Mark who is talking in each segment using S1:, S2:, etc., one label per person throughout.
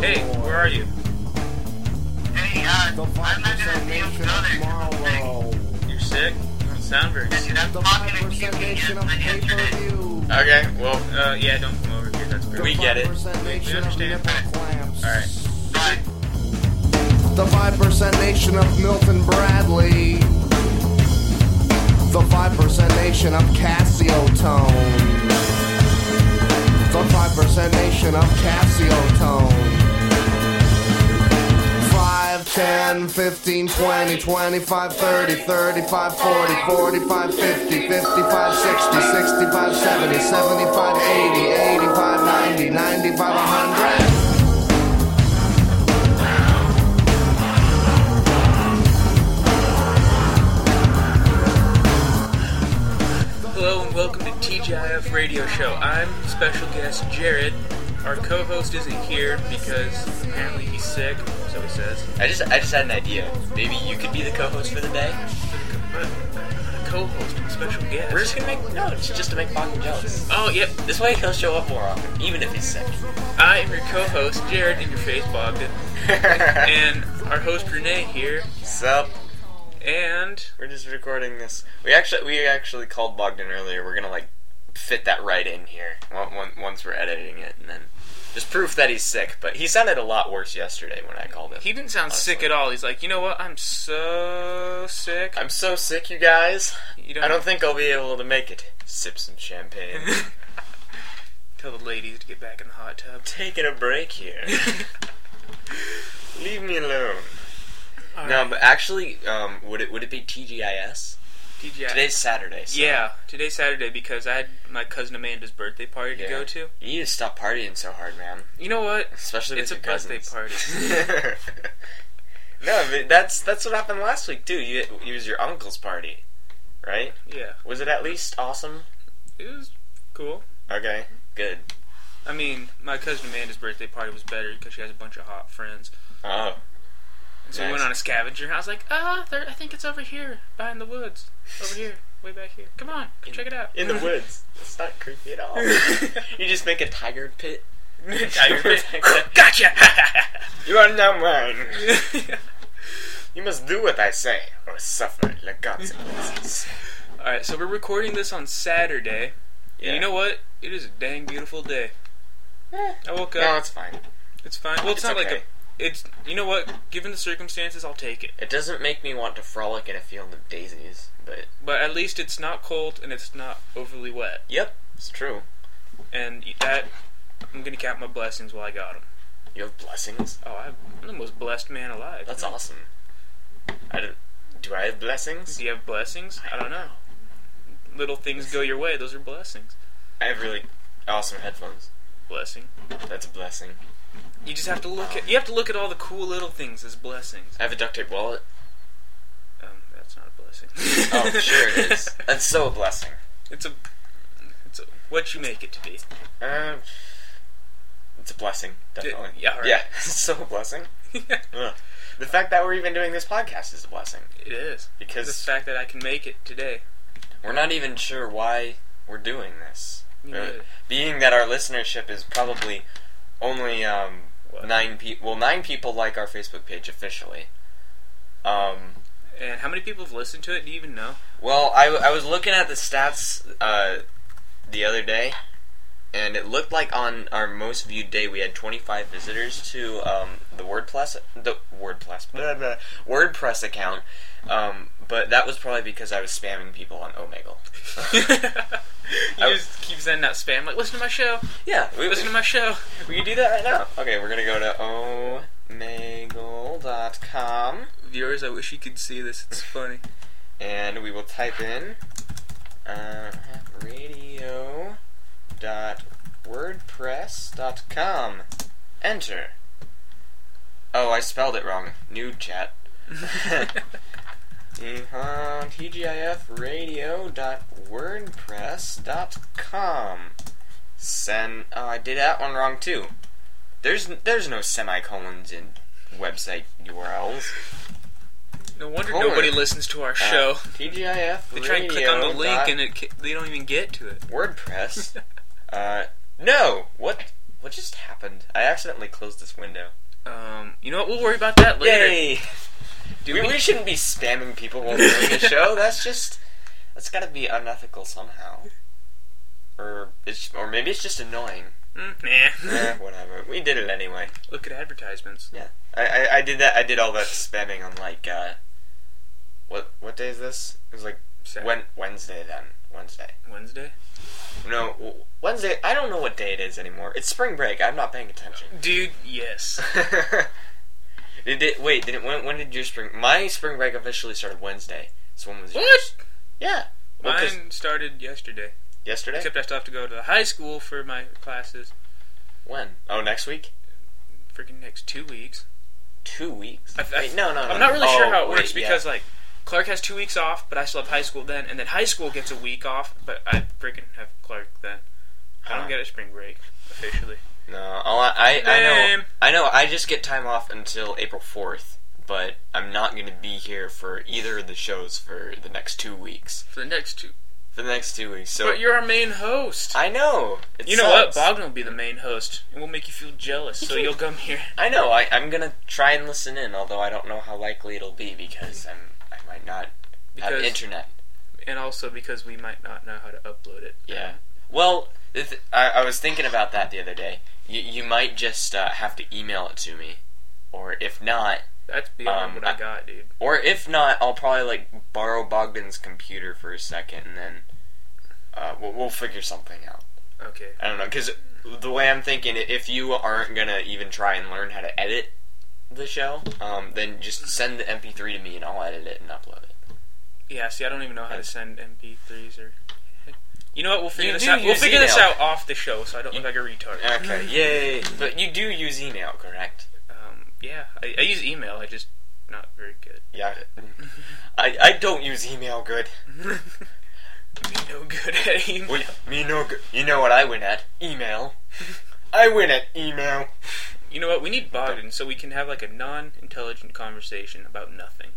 S1: Hey, where are you?
S2: Hey, uh, I'm not gonna be able to go there. 'cause I'm sick.
S1: You're sick? Don't sound very sick.
S2: Dude, I'm talking to QB yesterday.
S1: Okay, well, uh, yeah, don't come over here. That's pretty
S3: We get it.
S1: We understand. Alright.
S2: But
S4: The 5% nation of Milton Bradley. The 5% nation of Cassio Tone. The 5% nation of Cassio Tone. 5, 10, 15, 20, 25, 30, 35, 40, 45, 50, 55, 60, 65, 70, 75, 80, 85, 90, 95, 100.
S1: Hello and welcome to TGIF Radio Show. I'm special guest Jared. Our co-host isn't here because apparently he's sick, so he says.
S3: I just I just had an idea. Maybe you could be the co-host for the day.
S1: But I'm a co-host, I'm a special guest.
S3: We're just gonna make no, it's just to make Bakken jealous.
S1: Oh, yep.
S3: This way he'll show up more often, even if he's sick.
S1: I am your co-host Jared in your face, Bogdan, and our host Renee here,
S3: so
S1: and
S3: we're just recording this. We actually we actually called Bogdan earlier. We're gonna like fit that right in here on- on- once we're editing it, and then just proof that he's sick. But he sounded a lot worse yesterday when I called him.
S1: he didn't sound sick at all. He's like, you know what? I'm so sick.
S3: I'm so sick, you guys.
S1: You
S3: I don't think I'll be able to make it. Sip some champagne.
S1: tell the ladies to get back in the hot tub.
S3: Taking a break here. Leave me alone. no, but actually, um, would it would it be TGIS?
S1: TGI.
S3: Today's Saturday. So
S1: Yeah, today's Saturday because I had my cousin Amanda's birthday party to
S3: Yeah.
S1: go to.
S3: You need to stop partying so hard, man.
S1: You know what?
S3: Especially
S1: It's
S3: with
S1: a
S3: your
S1: birthday
S3: cousins.
S1: party.
S3: no, but that's that's what happened last week too. You it was your uncle's party, right?
S1: Yeah,
S3: Was it at least awesome?
S1: it was cool.
S3: Okay, good.
S1: I mean, my cousin Amanda's birthday party was better because she has a bunch of hot friends.
S3: Oh,
S1: And so we
S3: Nice.
S1: went on a scavenger. And I was like, ah, there, I think it's over here, behind the woods, over here, way back here. Come on, come check it out.
S3: in the woods. It's not creepy at all. you just make a tiger pit.
S1: Tiger Pit. gotcha.
S3: You are not mine. You must do what I say, or suffer the consequences.
S1: All right, so we're recording this on Saturday. And you know what? It is a dang beautiful day. I woke up.
S3: No, it's fine.
S1: It's fine. Well, it's,
S3: Eh.
S1: not
S3: It's
S1: like
S3: okay.
S1: a. It's you know what? Given the circumstances, I'll take it.
S3: It doesn't make me want to frolic in a field of daisies, but
S1: But at least it's not cold and it's not overly wet.
S3: yep, it's true.
S1: And that I'm gonna count my blessings while I got them.
S3: You have blessings.
S1: Oh, I'm the most blessed man alive.
S3: That's awesome. I don't. Do I have blessings?
S1: Do you have blessings? I don't know. Little things go your way. Those are blessings.
S3: I have really awesome headphones.
S1: Blessing.
S3: That's a blessing.
S1: You just have to look at. You have to look at all the cool little things as blessings.
S3: I have a duct tape wallet.
S1: Um, that's not a blessing.
S3: Oh, sure it is. That's so a blessing.
S1: it's a. It's a, what you make it to be.
S3: Um, it's a blessing, definitely.
S1: yeah, alright.
S3: yeah, it's so a blessing. Ugh. The fact that we're even doing this podcast is a blessing
S1: it is. The
S3: because
S1: fact that I can make it today.
S3: We're not even sure why we're doing this.
S1: Me
S3: Uh,
S1: neither.
S3: being that our listenership is probably only um,
S1: What?
S3: nine people. Well, nine people like our Facebook page officially. Um,
S1: And how many people have listened to it? Do you even know?
S3: well, I, w- I was looking at the stats uh, the other day, and it looked like on our most viewed day we had 25 visitors to um, the WordPress the WordPress blah, blah, WordPress account. Um, but that was probably because I was spamming people on
S1: you
S3: Omegle. I-
S1: just keep sending out spam. Like, listen to my show.
S3: yeah, we,
S1: Listen to my show.
S3: We can do that right now. Okay, we're gonna go to omegle.com
S1: Viewers, I wish you could see this. It's funny.
S3: and we will type in uh, radio.wordpress.com. Enter. Oh, I spelled it wrong. New chat. Uh-huh, TGIFradio.wordpress.com. Send. Oh, I did that one wrong too. There's there's no semicolons in website URLs.
S1: no wonder
S3: Colon.
S1: nobody listens to our show.
S3: Uh, TGIF.
S1: they try and click on the link and it, ca- they don't even get to it.
S3: WordPress. uh, no. What? What just happened? I accidentally closed this window.
S1: Um, you know what? We'll worry about that later.
S3: Yay!
S1: Dude,
S3: We,
S1: we-
S3: we shouldn't be spamming people while we're doing the show. That's just that's got to be unethical somehow. Or it's or maybe it's just annoying.
S1: Mm, nah.
S3: Eh, whatever. We did it anyway.
S1: Look at advertisements.
S3: Yeah. I, I I did that. I did all that spamming on like uh. What what day is this? It was like
S1: Sat-
S3: when Wednesday then Wednesday.
S1: Wednesday?
S3: No w- Wednesday. I don't know what day it is anymore. It's spring break. I'm not paying attention.
S1: Dude, yes.
S3: did it, wait? Did it, when when did your spring? My spring break officially started Wednesday. So when was yours?
S1: What?
S3: Yeah. Well, 'cause-
S1: Mine started yesterday.
S3: Yesterday?
S1: Except I still have to go to the high school for my classes.
S3: When? Oh, next week?
S1: Freaking next two weeks.
S3: Two weeks?
S1: I- I-
S3: Wait, no, no, no.
S1: I'm not really sure
S3: Oh,
S1: how it
S3: wait,
S1: works
S3: yeah.
S1: because like Clark has two weeks off, but I still have high school then, and then high school gets a week off, but I freaking have Clark then. I
S3: Huh.
S1: don't get a spring break officially.
S3: Ah. No, all I, I, Uh-huh. I know.
S1: Lame.
S3: I know. I just get time off until April fourth, but I'm not going to be here for either of the shows for the next two weeks.
S1: For the next two.
S3: For the next two weeks, so
S1: But you're our main host.
S3: I know. It
S1: you know what?
S3: sucks.
S1: Bogdan will be the main host, and we'll make you feel jealous, so you'll come here.
S3: I know. I, I'm gonna try and listen in, although I don't know how likely it'll be because I'm I might not have
S1: Because-
S3: internet.
S1: And also because we might not know how to upload it.
S3: Yeah. Well, the th- I, I was thinking about that the other day. You you might just uh, have to email it to me, or if not,
S1: That's beyond
S3: Um,
S1: what
S3: I-
S1: I got, dude.
S3: or if not, I'll probably like borrow Bogdan's computer for a second, and then uh, we'll, we'll figure something out.
S1: Okay.
S3: I don't know, because the way I'm thinking, i- if you aren't gonna even try and learn how to edit the show, um, then just send the MP3 to me, and I'll edit it and upload it.
S1: Yeah, see, I don't even know how to
S3: Thanks.
S1: send MP3s or. You know what? We'll figure
S3: You
S1: this
S3: do
S1: out. We'll
S3: use
S1: figure this
S3: email.
S1: out off the show, so I don't
S3: You-
S1: look like a retard.
S3: Okay, yay! But you do use email, correct?
S1: Um, yeah, I, I use email. I just not very good.
S3: Yeah. I, I don't use email good.
S1: I'm no good at email.
S3: Well, me no good. You know what I win at? Email. I win at email.
S1: You know what? We need Bogdan so we can have like a non-intelligent conversation about nothing.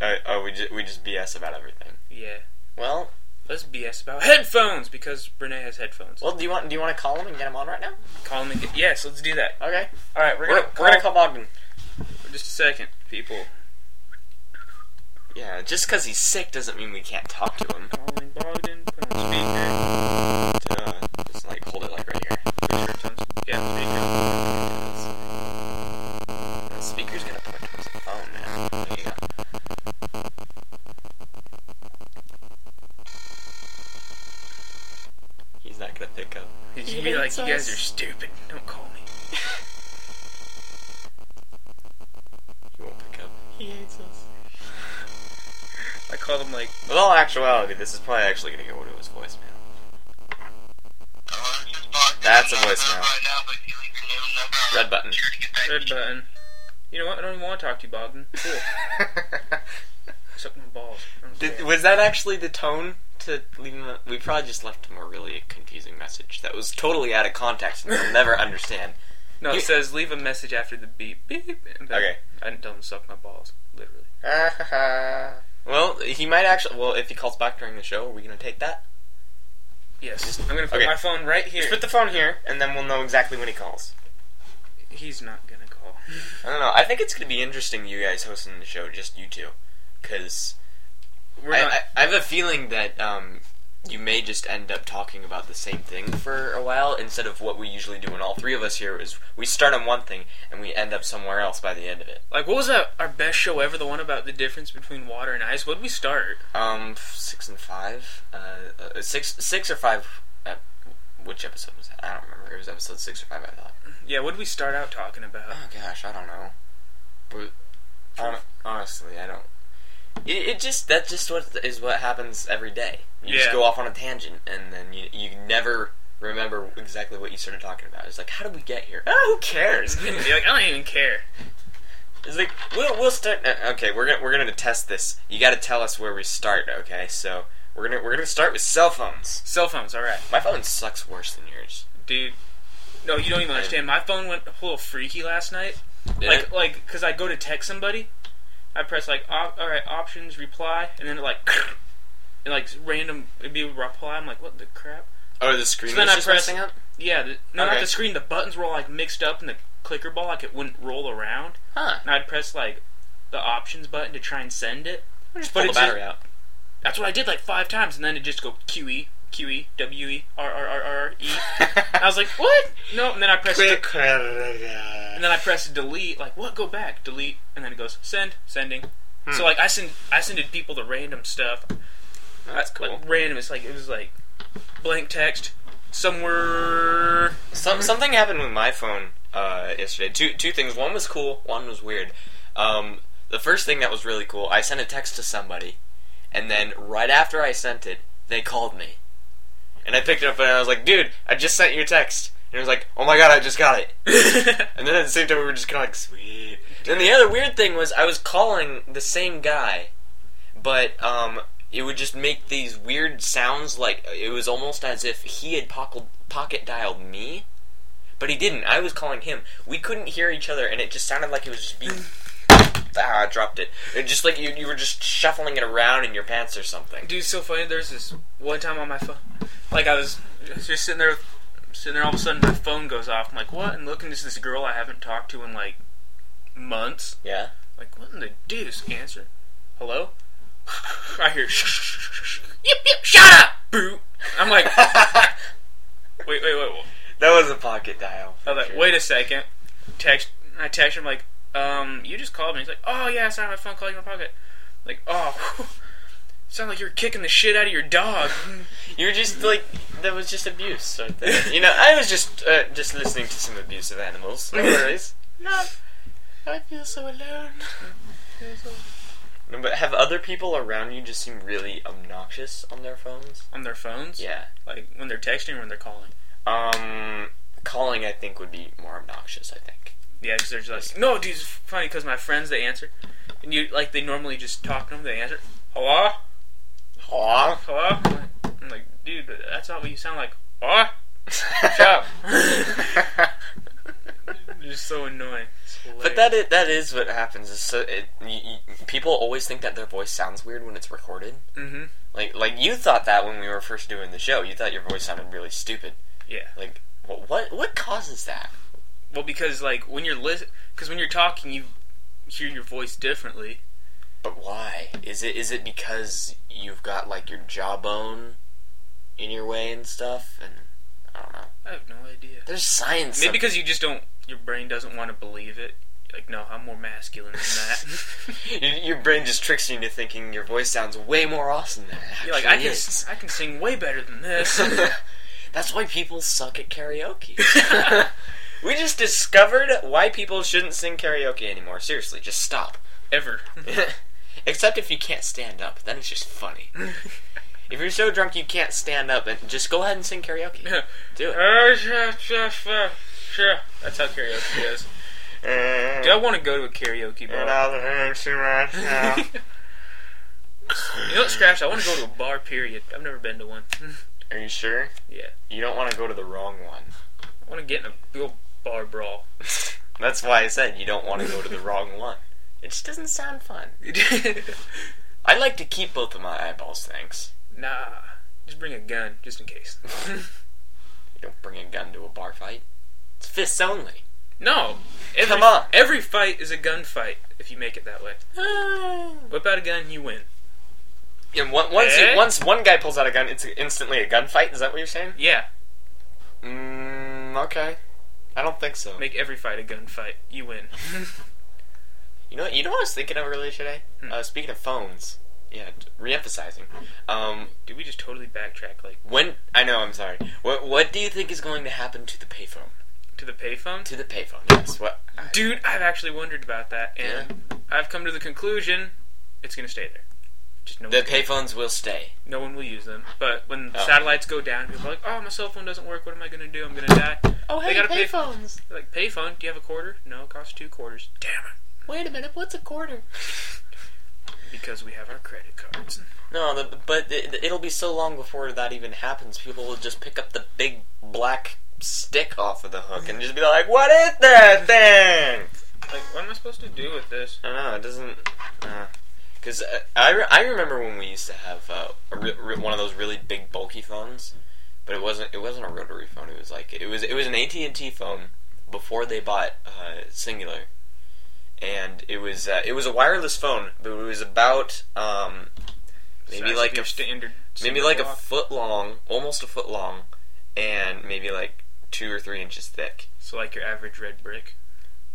S3: Uh, oh, we just, we just BS about everything.
S1: Yeah.
S3: Well,
S1: Let's BS about headphones because Renee has headphones.
S3: well, do you want do you want to call him and get him on right now?
S1: Call him and get, yes. Let's do that.
S3: Okay.
S1: All right, we're
S3: We're,
S1: gonna,
S3: we're
S1: call,
S3: gonna call Bogdan.
S1: for just a second, people.
S3: Yeah, just because he's sick doesn't mean we can't talk to him.
S1: Calling Bogdan. Put on speaker.
S3: Uh, just like hold it like right here.
S1: Put your headphones- Yeah, speaker.
S3: The speaker's gonna point towards the phone, man. There you go. He's not gonna pick up.
S1: He's gonna be like, you guys are stupid. Don't call me.
S3: He won't pick up. He hates us.
S1: I called him like,
S3: In all actuality, this is probably actually gonna go to his voicemail. That's a voicemail. Red button.
S1: red button. You know what? I don't even want to talk to you, Bogdan. Cool. Suck my balls. I don't
S3: Did,
S1: care.
S3: was that actually the tone to leave him? a- We probably just left him a really confusing message that was totally out of context and he'll never understand.
S1: no,
S3: you-
S1: it says leave a message after the beep. Beep. And then-
S3: Okay.
S1: I didn't tell him to suck my balls. Literally.
S3: well, he might actually. Well, if he calls back during the show, are we gonna take that?
S1: Yes. I'm gonna put
S3: okay.
S1: my phone right here.
S3: Just put the phone here, and then we'll know exactly when he calls.
S1: He's not gonna call.
S3: I don't know. I think it's gonna be interesting, you guys hosting the show, just you two, because
S1: We're
S3: I,
S1: not.
S3: I, I have a feeling that um, you may just end up talking about the same thing for a while instead of what we usually do. when all three of us here is we start on one thing and we end up somewhere else by the end of it.
S1: like, what was that? Our best show ever. The one about the difference between water and ice. What would we start?
S3: Um, f- six and five. Uh, uh, six, six or five. Uh, which episode was that? I don't remember. It was episode six or five. I thought.
S1: Yeah. What did we start out talking about?
S3: Oh gosh, I don't know. But hon- honestly, I don't. It, it just that's just what is what happens every day. You just
S1: Yeah.
S3: go off on a tangent, and then you you never remember exactly what you started talking about. It's like, how did we get here?
S1: Uh,
S3: Oh, who cares?
S1: Be like, I don't even care.
S3: It's like we'll we'll start. uh, Okay, we're gonna we're gonna test this. You got to tell us where we start. Okay, so we're gonna we're gonna start with cell phones.
S1: Cell phones. All right,
S3: My phone sucks worse than yours.
S1: dude. No, you don't even understand. My phone went a little freaky last night. Like, like, cause I go to text somebody, I press like, op- all right, options, reply, and then it like, and like random, it'd be a reply. I'm like, what the crap?
S3: oh, the screen
S1: So then
S3: was
S1: I
S3: just
S1: press-
S3: messing up.
S1: yeah, the, no, not
S3: Okay.
S1: the screen. The buttons were all like mixed up in the clicker ball, like it wouldn't roll around.
S3: Huh.
S1: And I'd press like the options button to try and send it.
S3: Just
S1: But
S3: pull the
S1: it's
S3: battery
S1: a-
S3: out.
S1: That's what I did like five times, and then it just go E, QE, QE, WE, RRRRE. E. I was like, what? No, and then I pressed it, and then I pressed delete. Like, what? Go back, delete, and then it goes send, sending.
S3: Hmm.
S1: So like I send I sended people the random stuff.
S3: That's
S1: Like,
S3: cool.
S1: random. It's like it was like blank text somewhere.
S3: Some, something happened with my phone uh, yesterday. Two two things. One was cool. One was weird. Um, the first thing that was really cool. I sent a text to somebody, and then right after I sent it, they called me, and I picked it up and I was like, "Dude, I just sent your text." And it was like, "Oh my god, I just got it." And then at the same time, we were just kind of like, sweet. Then the other weird thing was I was calling the same guy, but um, it would just make these weird sounds like it was almost as if he had pocket, pocket dialed me, but he didn't. I was calling him. We couldn't hear each other, and it just sounded like it was just being. Ah, I dropped it. It just like you, you were just shuffling it around in your pants or something.
S1: Dude, it's so funny. There's this one time on my phone, like I was just sitting there, sitting there. All of a sudden, my phone goes off. I'm like, what? And looking, this this girl I haven't talked to in like months.
S3: Yeah.
S1: Like, what in the deuce? Answer. Hello. I hear. Shh, shh, shh, shh. Yip yip. Shut up. Boo. I'm like,
S3: that
S1: wait, wait, wait. wait.
S3: was a pocket dial.
S1: I was like, wait a second. Text. I text him like, um, you just called me. He's like, oh yeah, sorry, my phone called you in my pocket. Like, oh, whew. sound like you were kicking the shit out of your dog.
S3: You're just like that was just abuse right there. You know, I was just uh, just listening to some abusive animals. No worries. no, I feel so alone. No, but have other people around you just seem really obnoxious on their phones?
S1: on their phones.
S3: Yeah.
S1: Like when they're texting or when they're calling.
S3: Um, calling I think would be more obnoxious. I think.
S1: Yeah, because they're just like, no, dude, it's funny because my friends they answer, and you like they normally just talk to them. They answer, hello,
S3: Aw.
S1: hello. I'm like, I'm like, dude, but that's not what you sound like. Hello? Shut up. It's just so annoying. It's
S3: But that is, that is what happens. Is so it, y y people always think that their voice sounds weird when it's recorded.
S1: Mm-hmm.
S3: Like like you thought that when we were first doing the show, you thought your voice sounded really stupid.
S1: Yeah.
S3: Like what what, what causes that?
S1: Well, because like when you're listen, because when you're talking, you hear your voice differently.
S3: But why? Is it is it because you've got like your jawbone in your way and stuff? And I don't know.
S1: I have no idea.
S3: There's science.
S1: Maybe because you just don't, your brain doesn't want to believe it. Like, no, I'm more masculine than that.
S3: your, your brain just tricks you into thinking your voice sounds way more awesome than it actually
S1: You're like, I can,
S3: is.
S1: I can sing way better than this.
S3: That's why people suck at karaoke. we just discovered why people shouldn't sing karaoke anymore. Seriously, just stop.
S1: Ever.
S3: Except if you can't stand up, then it's just funny. if you're so drunk you can't stand up, and just go ahead and sing karaoke. Do it.
S1: That's how karaoke is. Dude, I want to go to a karaoke bar. You know what, Scraps? I want to go to a bar, period. I've never been to one.
S3: Are you sure?
S1: Yeah.
S3: You don't want to go to the wrong one.
S1: I want to get in a big old bar brawl.
S3: That's why I said you don't want to go to the wrong one. It just doesn't sound fun. I like to keep both of my eyeballs, thanks.
S1: nah. Just bring a gun, just in case.
S3: You don't bring a gun to a bar fight. It's fists only.
S1: No. Every,
S3: Come on.
S1: Every fight is a gunfight if you make it that way. Whip out a gun, you win.
S3: And one, once, you-
S1: Eh?
S3: once one guy pulls out a gun, it's instantly a gunfight. Is that what you're saying?
S1: Yeah.
S3: Mm, okay. I don't think so.
S1: Make every fight a gunfight. You win.
S3: You know, you know what I was thinking of earlier today.
S1: Hmm.
S3: Uh, speaking of phones, yeah, t- re-emphasizing. Um,
S1: Dude, we just totally backtrack, like,
S3: when I know, I'm sorry. What What do you think is going to happen to the payphone?
S1: to the payphone.
S3: To the payphone? Yes. What?
S1: Dude, I've actually wondered about that, and I've come to the conclusion it's gonna stay there. Just no,
S3: The
S1: one,
S3: payphones will stay.
S1: no one will use them. But when the
S3: Oh.
S1: satellites go down, people are like, "Oh, my cell phone doesn't work. What am I gonna do? I'm gonna die."
S5: Oh,
S1: They
S5: hey,
S1: gotta pay-
S5: payphones.
S1: They're like, "Payphone, do you have a quarter? No, it costs two quarters. Damn
S5: Wait a minute, what's a quarter?
S1: it! Because we have our credit cards."
S3: No, the, but it, it'll be so long before that even happens. People will just pick up the big black stick off of the hook and just be like, "What is that thing?"
S1: Like, what am I supposed to do with this?
S3: I don't know. It doesn't. Because uh, I, re- I remember when we used to have uh, a re- re- one of those really big bulky phones but it wasn't. It wasn't a rotary phone. It was like it was. It was an AT and T phone before they bought uh, Singular, and it was. Uh, it was a wireless phone, but it was about um, maybe
S1: Size
S3: like
S1: of
S3: a
S1: your standard.
S3: maybe
S1: cigarette
S3: like a
S1: block.
S3: foot long, almost a foot long, and maybe like two or three inches thick.
S1: so like your average red brick.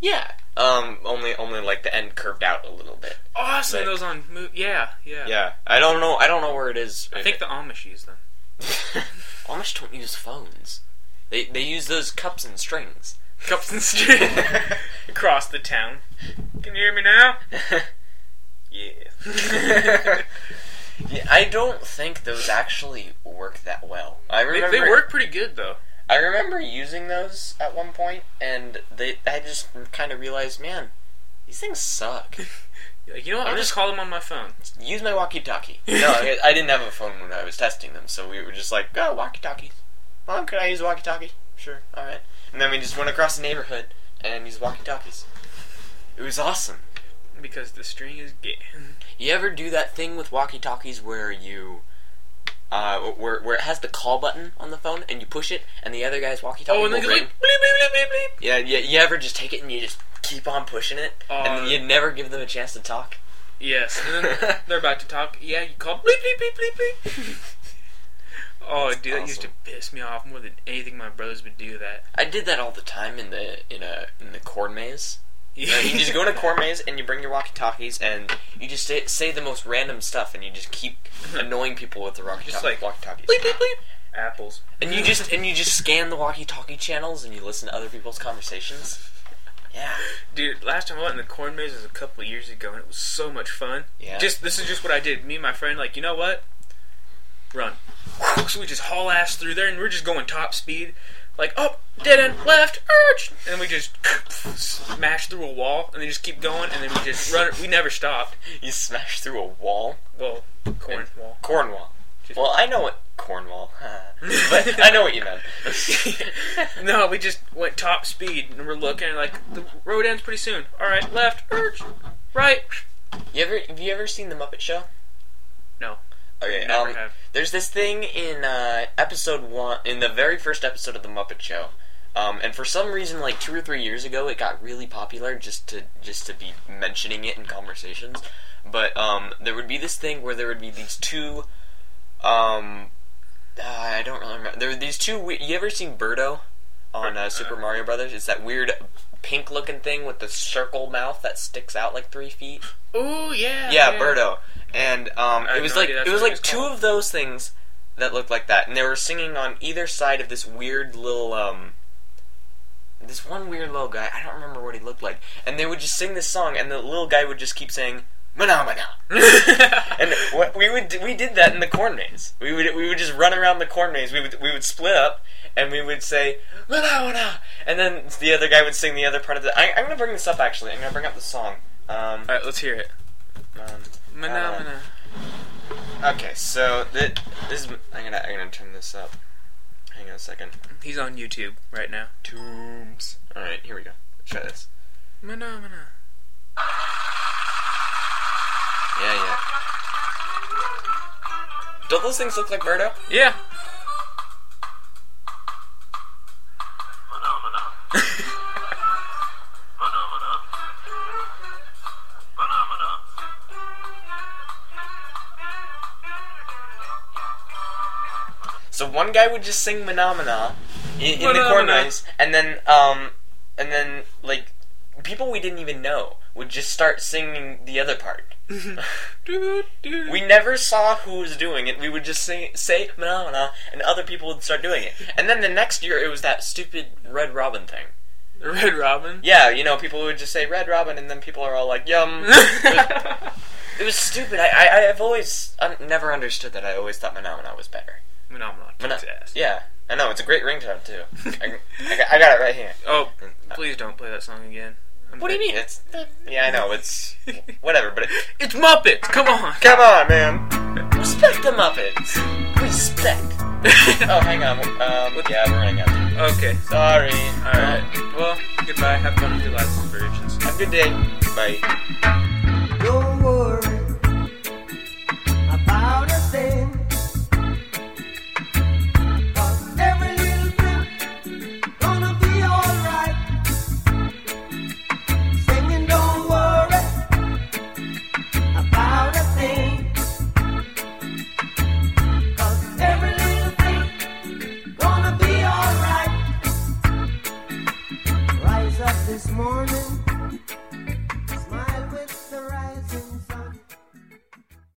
S3: Yeah. Um. Only. Only like the end curved out a little bit.
S1: Oh, I've seen
S3: Like-
S1: those on mo- yeah, yeah,
S3: Yeah. I don't know. I don't know where it is.
S1: I think the Amish use them.
S3: Amish don't use phones. They they use those cups and strings.
S1: Cups and string across the town. Can you hear me now? Yeah.
S3: Yeah, I don't think those actually work that well. I
S1: they,
S3: remember
S1: they work pretty good though.
S3: I remember using those at one point, and they I just kind of realized, man, these things suck.
S1: Like, you know what?
S3: I'm
S1: I'll just
S3: just-
S1: call them on my phone.
S3: Use my walkie-talkie. No, I- I didn't have a phone when I was testing them, so we were just like, oh, walkie-talkies. Mom, could I use a walkie-talkie? Sure, all right. And then we just went across the neighborhood and used walkie-talkies. It was awesome.
S1: Because the string is gay.
S3: You ever do that thing with walkie-talkies where you, uh, where, where it has the call button on the phone and you push it and the other guy's walkie-talkie
S1: Oh, and
S3: will
S1: then it's
S3: ring?
S1: like bleep bleep bleep bleep bleep.
S3: yeah, yeah. You ever just take it and you just keep on pushing it
S1: Uh,
S3: and you never give them a chance to talk?
S1: Yes. And then they're about to talk. Yeah, you call bleep bleep bleep bleep bleep. Oh, dude, that used to piss me off more than anything. My brothers would do that.
S3: I did that all the time in the in a in the corn maze. You, know, you just go into corn maze and you bring your walkie talkies and you just say, say the most random stuff and you just keep annoying people with the walkie
S1: Just like,
S3: talkies.
S1: bleep bleep bleep. Apples.
S3: And you just and you just scan the walkie talkie channels and you listen to other people's conversations. Yeah.
S1: Dude, last time I went in the corn maze was a couple of years ago, and it was so much fun.
S3: Yeah.
S1: Just this is just what I did. Me and my friend, like, you know what? Run. So we just haul ass through there, and we're just going top speed. Like, up, dead end, left, urge, and we just smash through a wall, and then just keep going, and then we just run. We never stopped.
S3: You smash through a wall.
S1: Well, corn wall.
S3: Cornwall. Well, I know what Cornwall. but I know what you meant.
S1: No, we just went top speed, and we're looking like the road ends pretty soon. All right, left, urge, right.
S3: You ever have you ever seen the Muppet Show?
S1: No,
S3: Okay,
S1: Never
S3: um,
S1: have.
S3: there's this thing in uh, episode one, in the very first episode of the Muppet Show, um, and for some reason, like two or three years ago, it got really popular just to just to be mentioning it in conversations. But um, there would be this thing where there would be these two, um, uh, I don't really remember. There were these two. We- you ever seen Birdo on uh, Super Mario Brothers? It's that weird pink-looking thing with the circle mouth that sticks out like three feet
S1: Oh yeah.
S3: yeah, Birdo. And um,
S1: I
S3: it
S1: had
S3: was
S1: no
S3: like
S1: idea that's
S3: it was
S1: what it
S3: like
S1: was
S3: two
S1: called.
S3: of those things that looked like that, and they were singing on either side of this weird little um, this one weird little guy. I don't remember what he looked like, and they would just sing this song, and the little guy would just keep saying "Mana Mana," and what, we would do- we did that in the corn maze. We would we would just run around the corn maze. We would we would split up. And we would say "Mana Mana," and then the other guy would sing the other part of the. I, I'm gonna bring this up actually. I'm gonna bring up the song. Um,
S1: All right, let's hear it.
S3: um,
S1: Mana,
S3: Uh,
S1: mana.
S3: Okay, so that this is, I'm gonna I'm gonna turn this up. Hang on a second.
S1: He's on YouTube right now.
S3: Tombs. All right, here we go. Try this.
S1: Mana, mana.
S3: Yeah, yeah. Don't those things look like Birdo?
S1: Yeah.
S3: So one guy would just sing "Phenomena" in, in the
S1: Phenomena.
S3: corn maze, and then um, and then like people we didn't even know would just start singing the other part.
S1: Dude, dude.
S3: We never saw who was doing it. We would just sing, say "Phenomena," and other people would start doing it. And then the next year, it was that stupid Red Robin thing.
S1: Red Robin.
S3: Yeah, you know, people would just say Red Robin, and then people are all like, "Yum." it was stupid. I, I, I've always, I never understood that. I always thought Phenomena was better.
S1: Phenomenon.
S3: Mena-
S1: Kicks ass.
S3: yeah, I know it's a great ringtone too. I, I, got, I uh, got it right here.
S1: Oh, please don't play that song again. I'm
S3: What do you mean? It's yeah, I know it's whatever, but it,
S1: It's Muppets. Come on.
S3: come on, man, respect the Muppets. Respect. Oh, hang on. Um, yeah, we're running out. of time.
S1: okay.
S3: Sorry.
S1: All right. Well, goodbye. Have fun with your last inspirations.
S3: Have a good day. Bye.
S2: Don't worry about a thing. 'Cause morning.